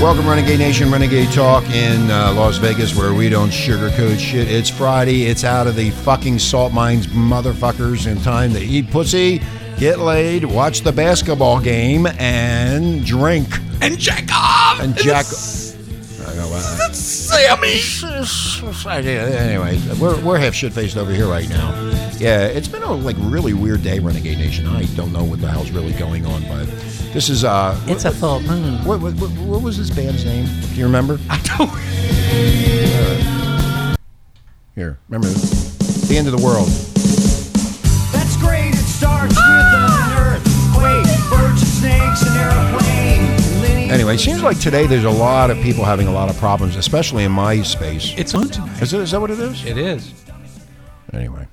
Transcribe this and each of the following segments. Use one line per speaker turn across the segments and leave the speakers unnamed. Welcome, Renegade Nation, Renegade Talk in uh, Las Vegas, where we don't sugarcoat shit. It's Friday. It's out of the fucking salt mines, motherfuckers, and time to eat pussy, get laid, watch the basketball game, and drink.
and jack off.
And jack-
It's-
I know, uh,
it's Sammy.
Anyway, we're, we're half shit faced over here right now. Yeah, it's been a like really weird day, Renegade Nation. I don't know what the hell's really going on, but this is uh,
It's a full moon.
what, what, what, what was this band's name? Do you remember?
I don't.
Here, remember the end of the world.
That's great. It starts with an earthquake, birds and snakes, an airplane. Linear
Anyway, it seems like today there's a lot of people having a lot of problems, especially in my space.
It's on tonight.
Is, it, is that what it is?
It is.
Anyway, well,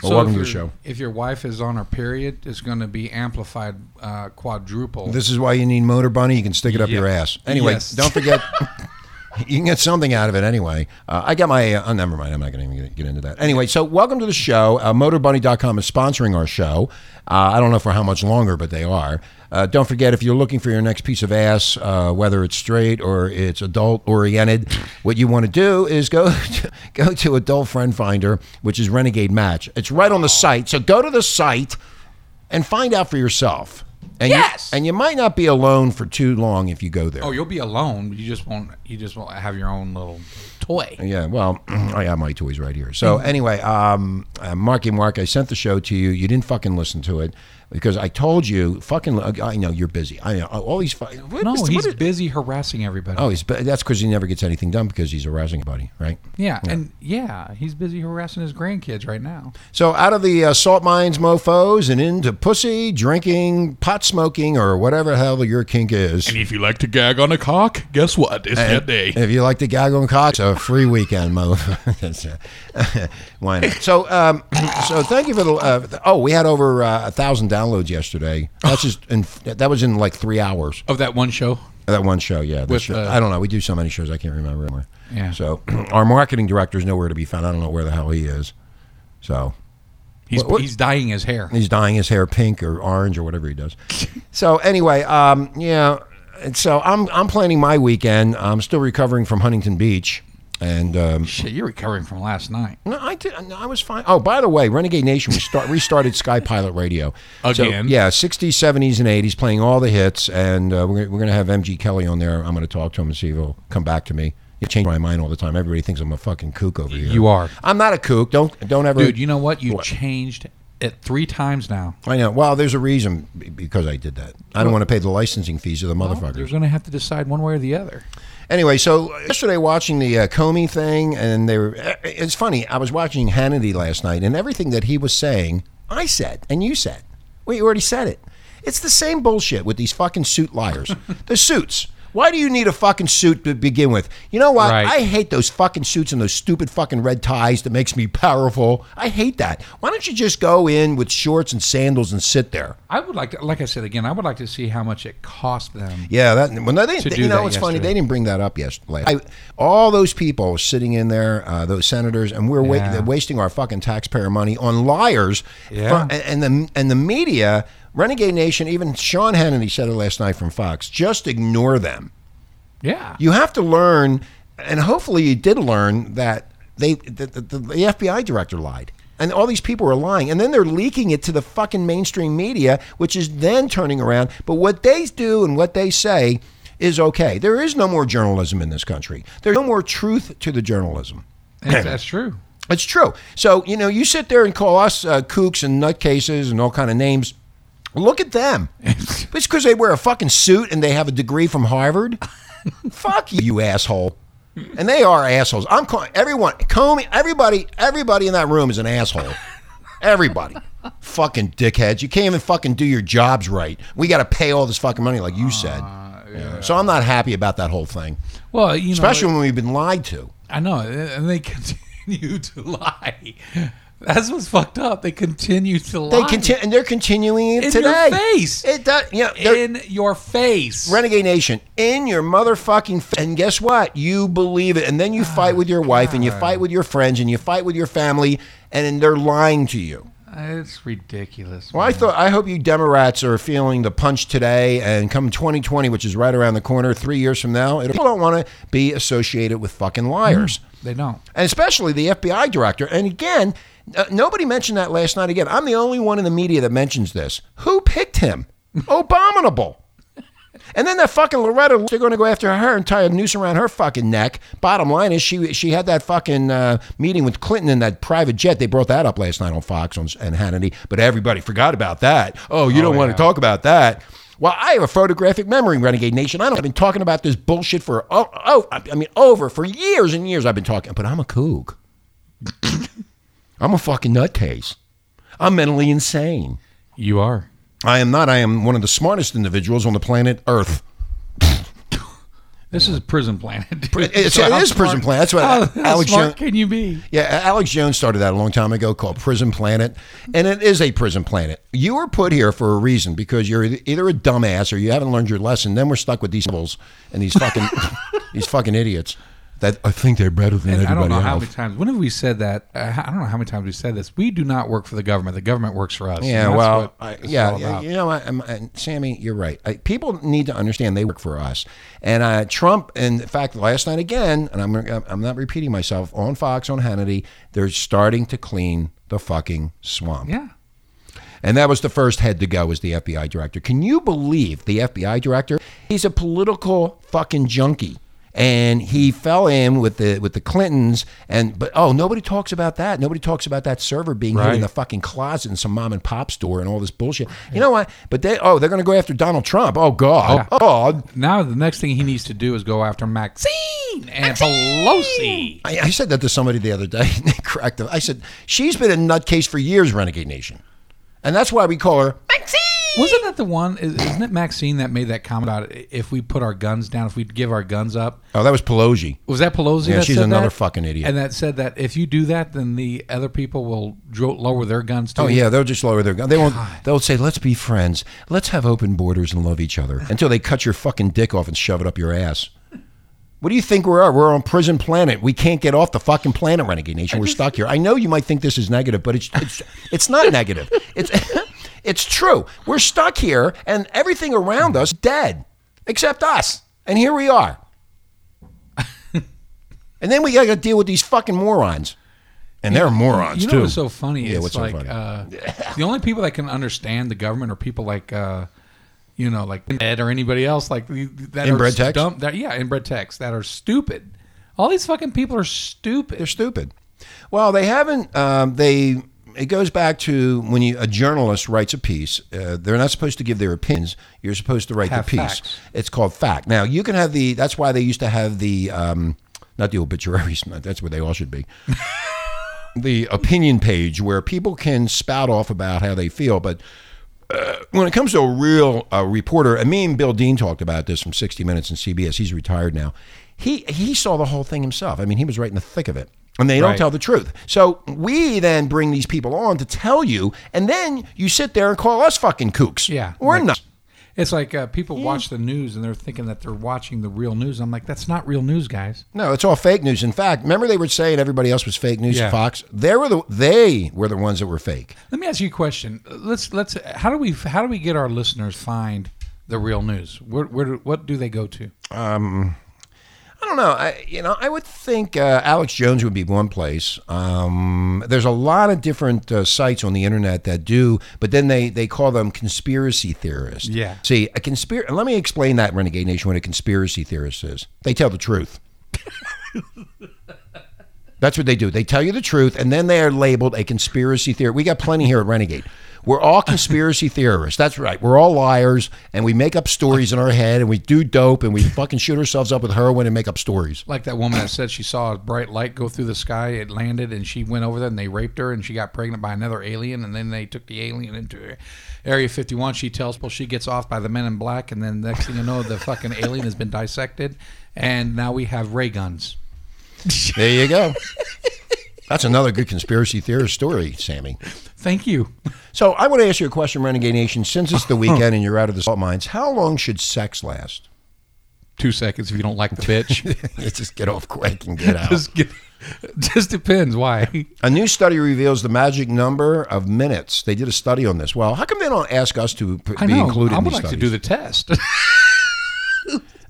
So
welcome
if
to the
your-
show.
If your wife is on her period, it's going to be amplified uh, quadruple.
This is why you need Motor Bunny. You can stick it up your
Yep.
ass. Anyway,
Yes.
don't forget. You can get something out of it anyway. Uh, I got my. Uh, never mind. I'm not going to even get into that. Anyway, so welcome to the show. Uh, MotorBunny.com is sponsoring our show. Uh, I don't know for how much longer, but they are. Uh, don't forget if you're looking for your next piece of ass, uh, whether it's straight or it's adult oriented, what you want to do is go to, go to Adult Friend Finder, which is Renegade Match. It's right on the site. So go to the site and find out for yourself. And
Yes!
You, and you might not be alone for too long if you go there.
oh, you'll be alone. but You just won't. You just won't have your own little toy.
Yeah, well, I have my toys right here. So anyway, um, uh, Marky Mark, I sent the show to you. You didn't fucking listen to it because I told you fucking. uh, I know you're busy. I know Oh, all these. Fu- what
No,
is- what
he's
is-
busy harassing everybody.
Oh, he's. bu- That's because he never gets anything done because he's harassing everybody, right?
yeah, and yeah, he's busy harassing his grandkids right now.
So out of the uh, salt mines, mofo's, and into pussy drinking, pot smoking, or whatever the hell your kink is.
If you like to gag on a cock, guess what? It's that day.
If you like to gag on cocks, a free weekend, Mo. That's, uh, Why not? So, um, so thank you for the. Uh, oh, we had over uh, a thousand downloads yesterday. That's just in, that was in like three hours.
Of that one show,
That one show, yeah. that
With,
show-
uh,
I don't know. We do so many shows, I can't remember anymore.
Yeah.
So our marketing director is nowhere to be found. I don't know where the hell he is. So
he's
What- what-
he's dyeing his hair.
He's dyeing his hair pink or orange or whatever he does. so anyway, um, yeah. and So I'm I'm planning my weekend. I'm still recovering from Huntington Beach, and um,
Shit, you're recovering from last night.
no, I did. No, I was fine. Oh, by the way, Renegade Nation we start, restarted Sky Pilot Radio So,
Again?
yeah, 60s, 70s, and 80s, playing all the hits, and uh, we're, gonna- we're going to have MG Kelly on there. I'm going to talk to him and see if he'll come back to me. You change my mind all the time. Everybody thinks I'm a fucking kook over here.
You are.
I'm not a kook. Don't don't ever.
Dude, you know what? You
What?
changed it three times now.
I know. Well, there's a reason be- because I did that. I don't want to pay the licensing fees of the
You're
motherfuckers.
going to have to decide one way or the other.
Anyway, so yesterday watching the uh, Comey thing, and they were. eh, It's funny. I was watching Hannity last night, and everything that he was saying, I said, and you said. Well, you already said it. It's the same bullshit with these fucking suit liars. the suits. Why do you need a fucking suit to begin with? You know what?
Right.
I hate those fucking suits and those stupid fucking red ties that makes me powerful. I hate that. Why don't you just go in with shorts and sandals and sit there?
I would like to, like I said again, I would like to see how much it cost them.
Yeah, that. Well, no, they,
To
they-
do
you know,
that
it's funny.
yesterday.
They didn't bring that up yesterday. I, all those people sitting in there, uh, those senators, and we're wa-
Yeah.
they're wasting our fucking taxpayer money on liars.
Yeah.
Fu- and, and the and the media, Renegade Nation, even Sean Hannity said it last night from Fox. Just ignore them.
Yeah.
You have to learn, and hopefully you did learn that they that the, the, the FBI director lied. And all these people are lying, and then they're leaking it to the fucking mainstream media, which is then turning around. But what they do and what they say is okay. There is no more journalism in this country. There's no more truth to the journalism.
That's, that's true.
It's true. So you know, you sit there and call us uh, kooks and nutcases and all kind of names. Look at them. it's because they wear a fucking suit and they have a degree from Harvard. Fuck you, you asshole. And they are assholes. I'm calling everyone, Comey, everybody, everybody in that room is an asshole. Everybody. fucking dickheads. You can't even fucking do your jobs right. We got to pay all this fucking money,
Uh,
like you said. Yeah. So I'm not happy about that whole thing,
Well, you know,
especially when we've been lied to.
I know, and they continue to lie. That's what's fucked up. They continue to lie.
They continue, and they're continuing it
In
today.
your face.
It does. You know, they're-
in your face.
Renegade Nation in your motherfucking. F- and guess what? You believe it, and then you fight with your wife, and you fight with your friends, and you fight with your family, and then they're lying to you.
It's ridiculous.
Well, I
man.
thought I hope you Democrats are feeling the punch today, and come 2020, which is right around the corner, three years from now, it'll- people don't want to be associated with fucking liars,
they don't.
and especially the FBI director. And again, uh, nobody mentioned that last night. Again, I'm the only one in the media that mentions this. Who picked him? Abominable. And then that fucking Loretta, they're going to go after her and tie a noose around her fucking neck. Bottom line is, she she had that fucking uh, meeting with Clinton in that private jet. They brought that up last night on Fox on, and Hannity, but everybody forgot about that. Oh, you don't want to talk about that. Well, I have a photographic memory, Renegade Nation. I don't, I've been talking about this bullshit for oh, oh I I mean over for years and years. I've been talking, but I'm a kook. I'm a fucking nutcase. I'm mentally insane.
You are.
I am not. I am one of the smartest individuals on the planet Earth.
This is prison planet. dude.
It's,
So
it
how
is Prison
smart-
Planet. That's what
How, how
Alex
smart
Jones.
can you be?
Yeah, Alex Jones started that a long time ago called Prison Planet, and it is a prison planet. You were put here for a reason because you're either a dumbass or you haven't learned your lesson. Then we're stuck with these devils and these fucking these fucking idiots that I think they're better than
And I don't
everybody
know how
else.
many times. When have we said that? Uh, I don't know how many times we said this. We do not work for the government. The government works for us.
yeah,
And that's
well,
what
I,
this is
yeah,
all
yeah,
about.
you know, I, I'm- I- Sammy, you're right. I, people need to understand they work for us. And uh, Trump, in fact, last night again, and I'm I'm not repeating myself on Fox on Hannity, they're starting to clean the fucking swamp.
yeah.
And that was the first head to go was the FBI director. Can you believe the FBI director? He's a political fucking junkie. And he fell in with the with the Clintons and but oh nobody talks about that. Nobody talks about that server being hid in
Right.
the fucking closet in some mom and pop store and all this bullshit. You know what? But they oh they're gonna go after Donald Trump. Oh God. Oh God.
Now the next thing he needs to do is go after Maxine and Pelosi.
I, I said that to somebody the other day. and they cracked up. I said, She's been a nutcase for years, Renegade Nation. And that's why we call her
Wasn't that the one? is- Isn't it Maxine that made that comment about if we put our guns down, if we give our guns up?
Oh, that was Pelosi.
Was that Pelosi?
Yeah,
that
she's
said
another
that?
fucking idiot.
And that said that if you do that, then the other people will dro- lower their guns too.
Oh yeah, they'll just lower their gun. They won't. They'll say, "Let's be friends. Let's have open borders and love each other." Until they cut your fucking dick off and shove it up your ass. What do you think we are? We're on prison planet. We can't get off the fucking planet, Renegade Nation. We're stuck here. I know you might think this is negative, but it's it's, it's not negative. It's it's true. We're stuck here, and everything around us dead, except us. And here we are. and then we got to deal with these fucking morons. And they're morons
You know
too.
what's so funny?
Yeah,
it's
what's so
like
funny?
Uh, the only people that can understand the government are people like, uh, you know, like Ed or anybody else like the- that
Inbred
are
techs?
dumb- that, yeah, inbred techs that are stupid. All these fucking people are stupid.
They're stupid. Well, they haven't. Um, they. It goes back to when you, a journalist writes a piece. Uh, they're not supposed to give their opinions. You're supposed to write
Have
the piece.
facts.
It's called fact. Now you can have the. That's why they used to have the. Um, not the obituaries. not- That's where they all should be. the opinion page where people can spout off about how they feel, but when it comes to a real uh, reporter, and me and Bill Dean talked about this from 60 Minutes and CBS. He's retired now. He he saw the whole thing himself. I mean, he was right in the thick of it, and they don't
Right.
tell the truth. So we then bring these people on to tell you, and then you sit there and call us fucking kooks.
Yeah,
we're
like-
not.
It's like uh, people watch the news and they're thinking that they're watching the real news. I'm like, that's not real news, guys.
No, it's all fake news. In fact, remember they were saying everybody else was fake news.
Yeah.
Fox. They were the they were the ones that were fake.
Let me ask you a question. Let's let's how do we how do we get our listeners find the real news? Where where do, what do they go to?
I don't know. I you know I would think uh, Alex Jones would be one place. Um, there's a lot of different uh, sites on the internet that do, but then they they call them conspiracy theorists.
Yeah.
See, a conspiracy. Let me explain that Renegade Nation what a conspiracy theorist is. They tell the truth. That's what they do. They tell you the truth, and then they are labeled a conspiracy theorist. We got plenty here at Renegade. We're all conspiracy theorists. That's right. We're all liars, and we make up stories in our head, and we do dope, and we fucking shoot ourselves up with heroin and make up stories.
Like that woman that said she saw a bright light go through the sky, it landed, and she went over there and they raped her, and she got pregnant by another alien, and then they took the alien into Area 51. She tells people she gets off by the men in black, and then next thing you know, the fucking alien has been dissected, and now we have ray guns.
There you go. That's another good conspiracy theorist story, Sammy.
Thank you.
So I want to ask you a question, Renegade Nation. Since it's the weekend and you're out of the salt mines, how long should sex last?
Two seconds if you don't like the bitch.
Just get off quick and get out.
Just get- Just depends why.
A new study reveals the magic number of minutes. They did a study on this. Well, how come they don't ask us to p-
I
be
know.
included
I
in
would
these
like
studies?
to do the test.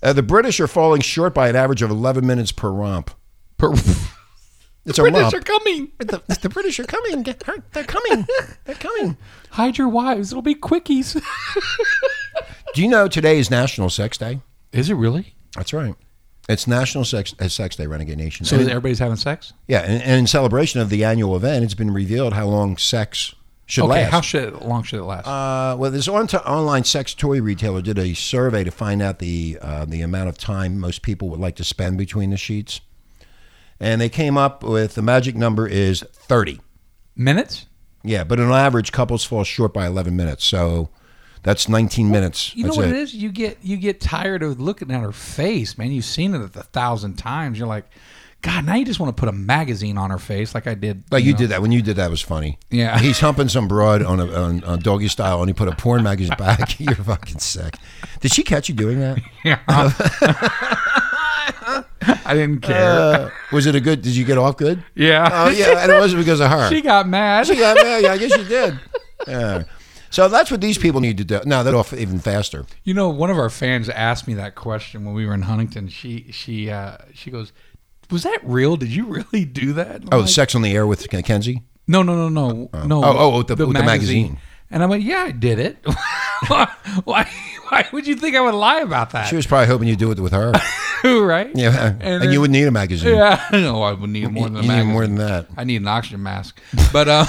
uh, the British are falling short by an average of 11 minutes per romp.
Per-
It's a
British
romp.
are coming.
the, the British are coming. Get- They're coming. They're coming.
Hide your wives. It'll be quickies.
Do you know today is National Sex Day?
Is it really?
That's right. It's National Sex uh, Sex Day, Renegade Nation.
So
And-
everybody's having sex?
yeah, and, and in celebration of the annual event, it's been revealed how long sex should
okay.
last.
How should, long should it last?
Uh, well, this on online sex toy retailer did a survey to find out the uh, the amount of time most people would like to spend between the sheets, and they came up with the magic number is thirty.
Minutes?
Yeah, but on average, couples fall short by eleven minutes, so that's nineteen minutes.
You
that's
know what it is? You get you get tired of looking at her face, man. You've seen it a thousand times. You're like, God, now you just want to put a magazine on her face, like I did.
Like you
know.
did that when you did that was funny.
Yeah.
he's humping some broad on a on, on doggy style, and he put a porn magazine back. You're fucking sick. Did she catch you doing that?
I didn't care.
Uh, was it a good? Did you get off good?
yeah,
Oh yeah, and it wasn't because of her.
she got mad.
yeah, yeah, yeah, I guess you did. Yeah. So that's what these people need to do. No, they're off even faster.
You know, one of our fans asked me that question when we were in Huntington. She she uh, she goes, "Was that real? Did you really do that?" And I'm
Oh,
like,
sex on the air with Kenzie.
no, no, no, no, no.
Oh, oh, oh, with the- with the magazine.
And I went, "Yeah, I did it." why? Why would you think I would lie about that?
She was probably hoping you do it with her.
right?
Yeah, and,
And
you
then-
would need a magazine.
Yeah, no, I would need
you
more than a
you need
magazine.
more than that.
I need an oxygen mask. But uh,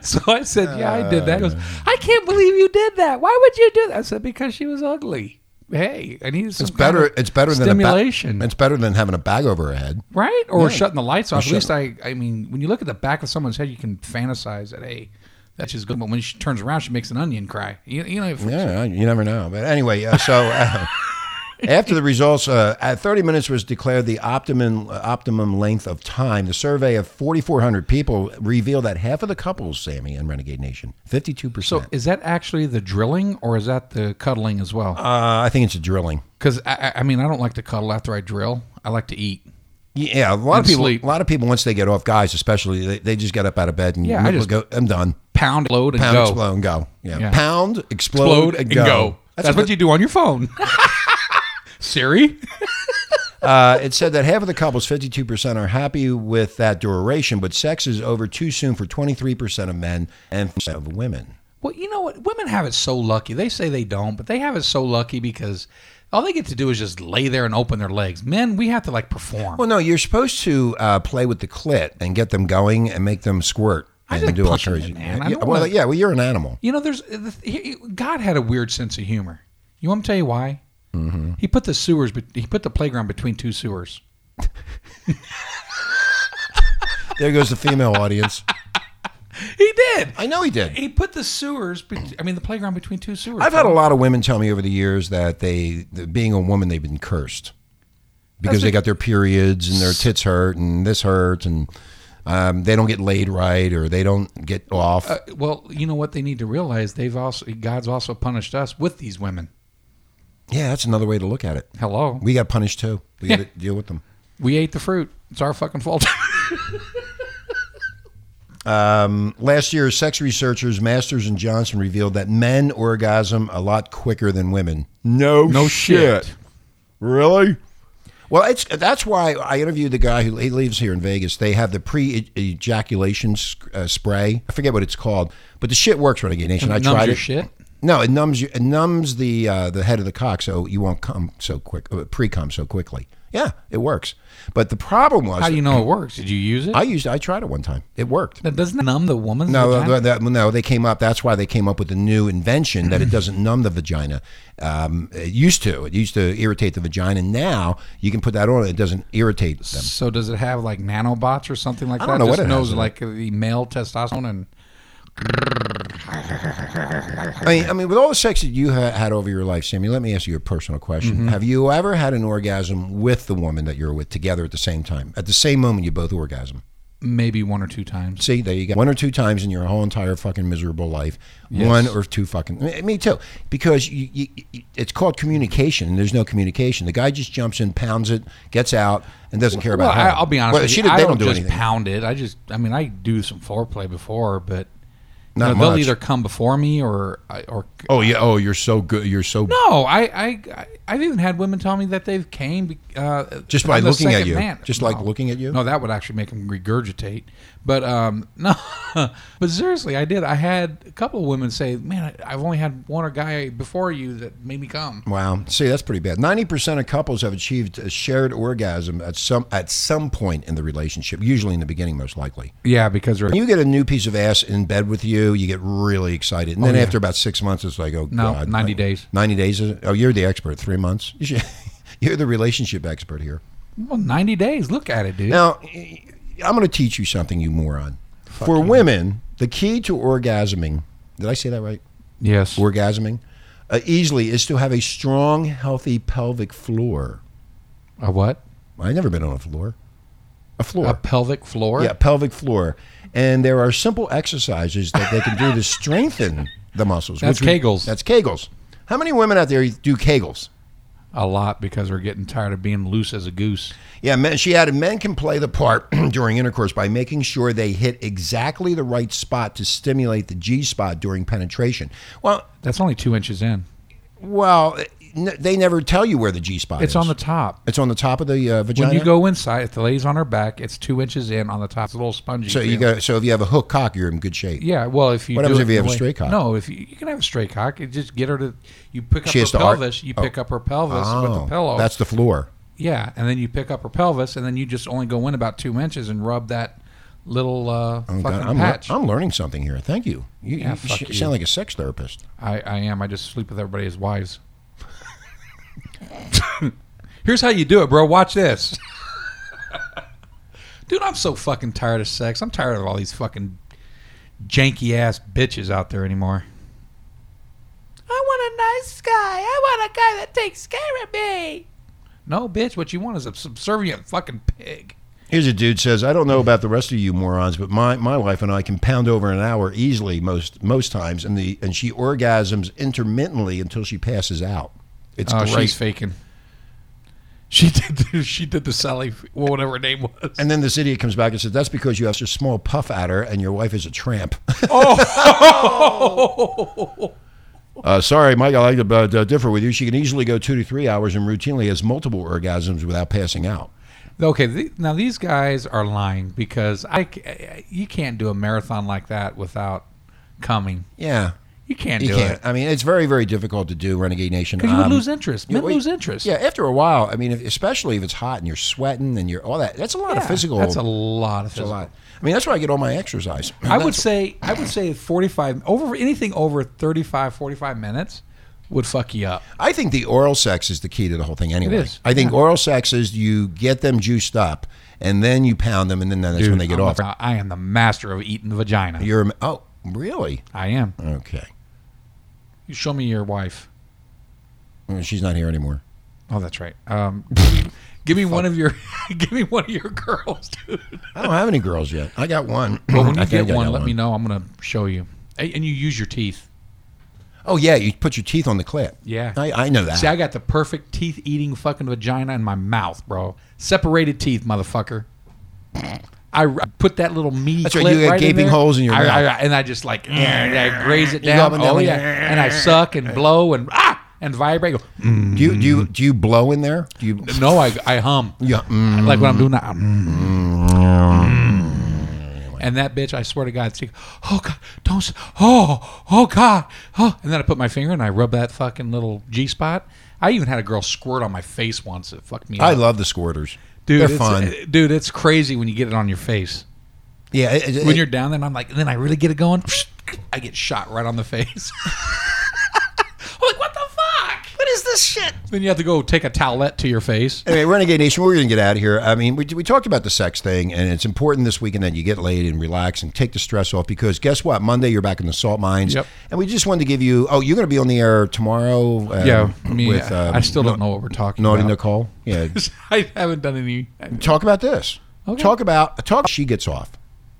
so I said, "Yeah, I did that." He
Uh.
goes, I can't believe you did that. Why would you do that? I said, "Because she was ugly." Hey, I needed some
It's better.
kind of
It's better than A
stimulation,
ba- it's better than having a bag over her head.
right? Or
Yeah.
shutting the lights off. At
shut-
least I, I mean, when you look at the back of someone's head, you can fantasize that. Hey, that's just good. But when she turns around, she makes an onion cry. You, you know, if-
Yeah, you never know. But anyway, uh, so uh, after the results, uh, at 30 minutes was declared the optimum uh, optimum length of time. The survey of 4,400 people revealed that half of the couples, Sammy and Renegade Nation, 52
So
percent.
is that actually the drilling, or is that the cuddling as well?
Uh, I think it's a drilling.
Because I, I- I mean, I don't like to cuddle after I drill. I like to eat.
Yeah, a lot of
And
people.
sleep.
A lot of people once they get off, guys especially, they, they just get up out of bed and
Yeah, I just-
go. I'm done.
pound, load, and
Pound,
go.
explode, and go. Yeah.
Yeah.
pound, explode,
Load
and go.
That's,
That's,
what you do on your phone. Siri?
uh, it said that half of the couples, 52%, are happy with that duration, but sex is over too soon for 23% of men and percent of women.
Well, you know what? Women have it so lucky. They say they don't, but they have it so lucky because all they get to do is just lay there and open their legs. Men, we have to like perform.
Well, no, you're supposed to uh, play with the clit and get them going and make them squirt
I
and
like
do all
punching
crazy.
it, man. I
Yeah,
don't
well,
wanna-
yeah, well, you're an animal.
you know, there's the th- he- he- God had a weird sense of humor. You want me to tell you why? Mm-hmm. He put the sewers, but he put the playground between two sewers.
There goes the female audience.
He did.
I know he did.
He put the sewers. Bet- I mean, the playground between two sewers.
I've had a lot of women tell me over the years that they, that being a woman, they've been cursed because they got their periods and their tits hurt and this hurts and um, they don't get laid right or they don't get off.
Uh, Well, you know what they need to realize? They've also God's also punished us with these women.
yeah, that's another way to look at it.
Hello.
We got punished too. We got to deal with them.
We ate the fruit. It's our fucking fault.
Oh, Last year, sex researchers Masters and Johnson revealed that men orgasm a lot quicker than women. No,
No shit. shit.
Really? Well, it's that's why I interviewed the guy who he lives here in Vegas. They have the pre-ejaculation sc- uh, spray. I forget what it's called, but the shit works, Renegade Nation. I
Numbs
tried
your
it.
shit?
No, it numbs you. It numbs the uh, the head of the cock, so you won't come so quick, uh, pre-cum so quickly. Yeah, it works. But the problem was,
How do you know it works? Did you use it?
I used I tried it one time. It worked.
Now, doesn't that numb the woman's
No,
vagina?
uh, that- no, they came up. That's why they came up with the new invention that it doesn't numb the vagina. Um, it used to. It used to irritate the vagina. Now you can put that on. It doesn't irritate them.
so does it have like nanobots or something like
I
that?
don't know what
Just
it has
knows
in it.
like the male testosterone and
I mean, I mean, with all the sex that you ha- had over your life, Sammy, let me ask you a personal question. Have you ever had an orgasm with the woman that you're with together at the same time? At the same moment, you both orgasm.
maybe one or two times.
See, there you go. One or two times in your whole entire fucking miserable life. One or two fucking. me- Me too. Because you, you, you- it's called communication, and there's no communication. The guy just jumps in, pounds it, gets out, and doesn't care
Well,
about
I,
her.
I'll be honest.
Well,
with
she
you.
did-
I
they
don't,
do
just
anything.
pound it. I just, I mean, I do some foreplay before, but you
Not
know, they'll
much.
either come before me or I- or
Oh yeah. Oh, you're so good. You're so.
no. I I I've even had women tell me that they've came uh,
Just by
on the
looking at
second
you.
man.
Just like looking at you?
No, that would actually make them regurgitate. But um, no, but seriously, I did. I had a couple of women say, "Man, I, I've only had one or guy before you that made me come."
Wow. See, that's pretty bad. Ninety percent of couples have achieved a shared orgasm at some at some point in the relationship. Usually in the beginning, most likely.
Yeah, because they're
When you get a new piece of ass in bed with you, you get really excited, and then
Oh, yeah.
after about six months, it's like, oh
No,
god,
90 days.
Ninety days. Is, oh, you're the expert. Three months. You should, you're the relationship expert here.
well, ninety days. Look at it, dude.
Now, I'm going to teach you something, you moron. For women, the key to orgasming. Did I say that right?
yes.
Orgasming uh, easily is to have a strong, healthy pelvic floor.
A what?
I've never been on a floor. A floor.
A pelvic floor.
Yeah, pelvic floor. And there are simple exercises that they can do to strengthen the muscles.
That's
which we-
Kegels.
that's Kegels. How many women out there do Kegels?
A lot because they're getting tired of being loose as a goose.
Yeah, men, she added men can play the part during intercourse by making sure they hit exactly the right spot to stimulate the G spot during penetration. Well,
That's only two inches in.
well, n- they never tell you where the G spot is.
It's on the top.
It's on the top of the uh, vagina.
When you go inside, if the lady's on her back, it's two inches in on the top. It's a little spongy.
so you
feel.
go. So if you have a hook cock, you're in good shape.
Yeah, well, if you
What
do
happens
it
if you
in
have a
the way-
straight cock?
No, if you, you can have a straight cock, you just get her to you pick up
She
her
has to arc-
pelvis, you
oh.
pick up her pelvis with
Oh,
the pillow.
that's the floor.
yeah, and then you pick up her pelvis, and then you just only go in about two inches and rub that little uh,
Oh,
fucking
God, I'm, lear-
patch.
I'm learning something here. Thank you. You,
Yeah,
you
fuck
sh-
you.
sound like a sex therapist.
I, I am. I just sleep with everybody as wives. Here's how you do it, bro. Watch this. Dude, I'm so fucking tired of sex. I'm tired of all these fucking janky ass bitches out there anymore. I want a nice guy. I want a guy that takes care of me. No, bitch, what you want is a subservient fucking pig.
Here's a dude says, I don't know about the rest of you morons, but my, my wife and I can pound over an hour easily most most times, and the and she orgasms intermittently until she passes out. It's
Oh,
great.
she's faking. She did. The, she did the Sally, well, whatever her name was.
and then this idiot comes back and says, "That's because you have such a small puff at her, and your wife is a tramp." Oh. uh, sorry, Mike. I like to uh, d- differ with you. She can easily go two to three hours and routinely has multiple orgasms without passing out.
Okay, th- now these guys are lying because I, c- you can't do a marathon like that without coming.
Yeah,
You can't
you
do
can't.
it
I mean, it's very very difficult to do, Renegade Nation.
because you
Um,
would lose interest.
Yeah,
Men
well,
lose interest.
Yeah, after a while, I mean, if, especially if it's hot and you're sweating and you're all that, that's a lot of
Yeah,
physical.
That's a lot of
it's a
physical.
lot. I mean, that's where I get all my exercise.
I would
That's-
say I would say 45 over anything over 35 45 minutes would fuck you up.
I think the oral sex is the key to the whole thing. Anyway,
is,
I think oral sex is you get them juiced up and then you pound them, and then that's when they get
I'm
off.
the- I am the master of eating the vagina.
You're oh really
I am.
okay.
You show me your wife.
Well, She's not here anymore.
Oh, that's right. Um, give me one of your give me one of your girls, dude.
I don't have any girls yet. I got one.
Well, when
I
you get
think I
one,
got
let me know. I'm gonna show you. A- And you use your teeth.
Oh yeah, you put your teeth on the clip.
Yeah.
I, I know that.
See, I got the perfect teeth eating fucking vagina in my mouth, bro. Separated teeth, motherfucker. I r- put that little me.
That's right,
clit
you got
in
gaping
there.
holes in your
I-
mouth.
I- I- and I just like eh, and I graze it
You go up
down.
and down
Oh
like
yeah,
that.
and I suck and blow and ah and vibrate. I go,
do you do
Mm-hmm.
you do you blow in there? Do you?
mm. No, I I hum.
Yeah. mm.
Like what I'm doing now. I'm-
Mm.
And that bitch, I swear to God, it's like, oh God, don't, s- oh, oh God, oh. And then I put my finger and I rub that fucking little G spot. I even had a girl squirt on my face once. It fucked me
I
up.
love the squirters.
dude,
They're
it's, eh,
fun.
dude, it's crazy when you get it on your face.
yeah, it- it-
When
it-
you're down there, and I'm like, and then I really get it going. I get shot right on the face. I'm like, what the fuck? What is this shit? Then you have to go take a towelette to your face.
Anyway, Renegade Nation, we're going to get out of here. I mean, we, we talked about the sex thing, and it's important this weekend that you get laid and relax and take the stress off because guess what? Monday, you're back in the salt mines.
Yep.
And we just wanted to give you, oh, you're going to be on the air tomorrow. um,
Yeah, I mean,
with
I-
um,
I still don't
Na-
know what we're talking
Naughty
about.
Nicole. Yeah.
I haven't done any.
Talk about this.
Okay.
Talk about talk. She gets off.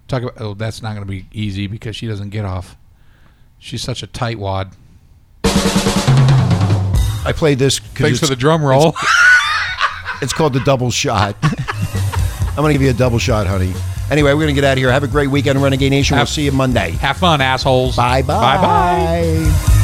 Talk about oh, that's not going to be easy because she doesn't get off. She's such a tightwad.
I played this. 'cause
Thanks for
it's-
the drum roll.
It's called the double shot. I'm gonna give you a double shot, honey. Anyway, we're gonna get out of here. Have a great weekend, Renegade Nation. We'll
Have-
see you Monday.
Have fun, assholes.
Bye bye.
Bye bye.
bye.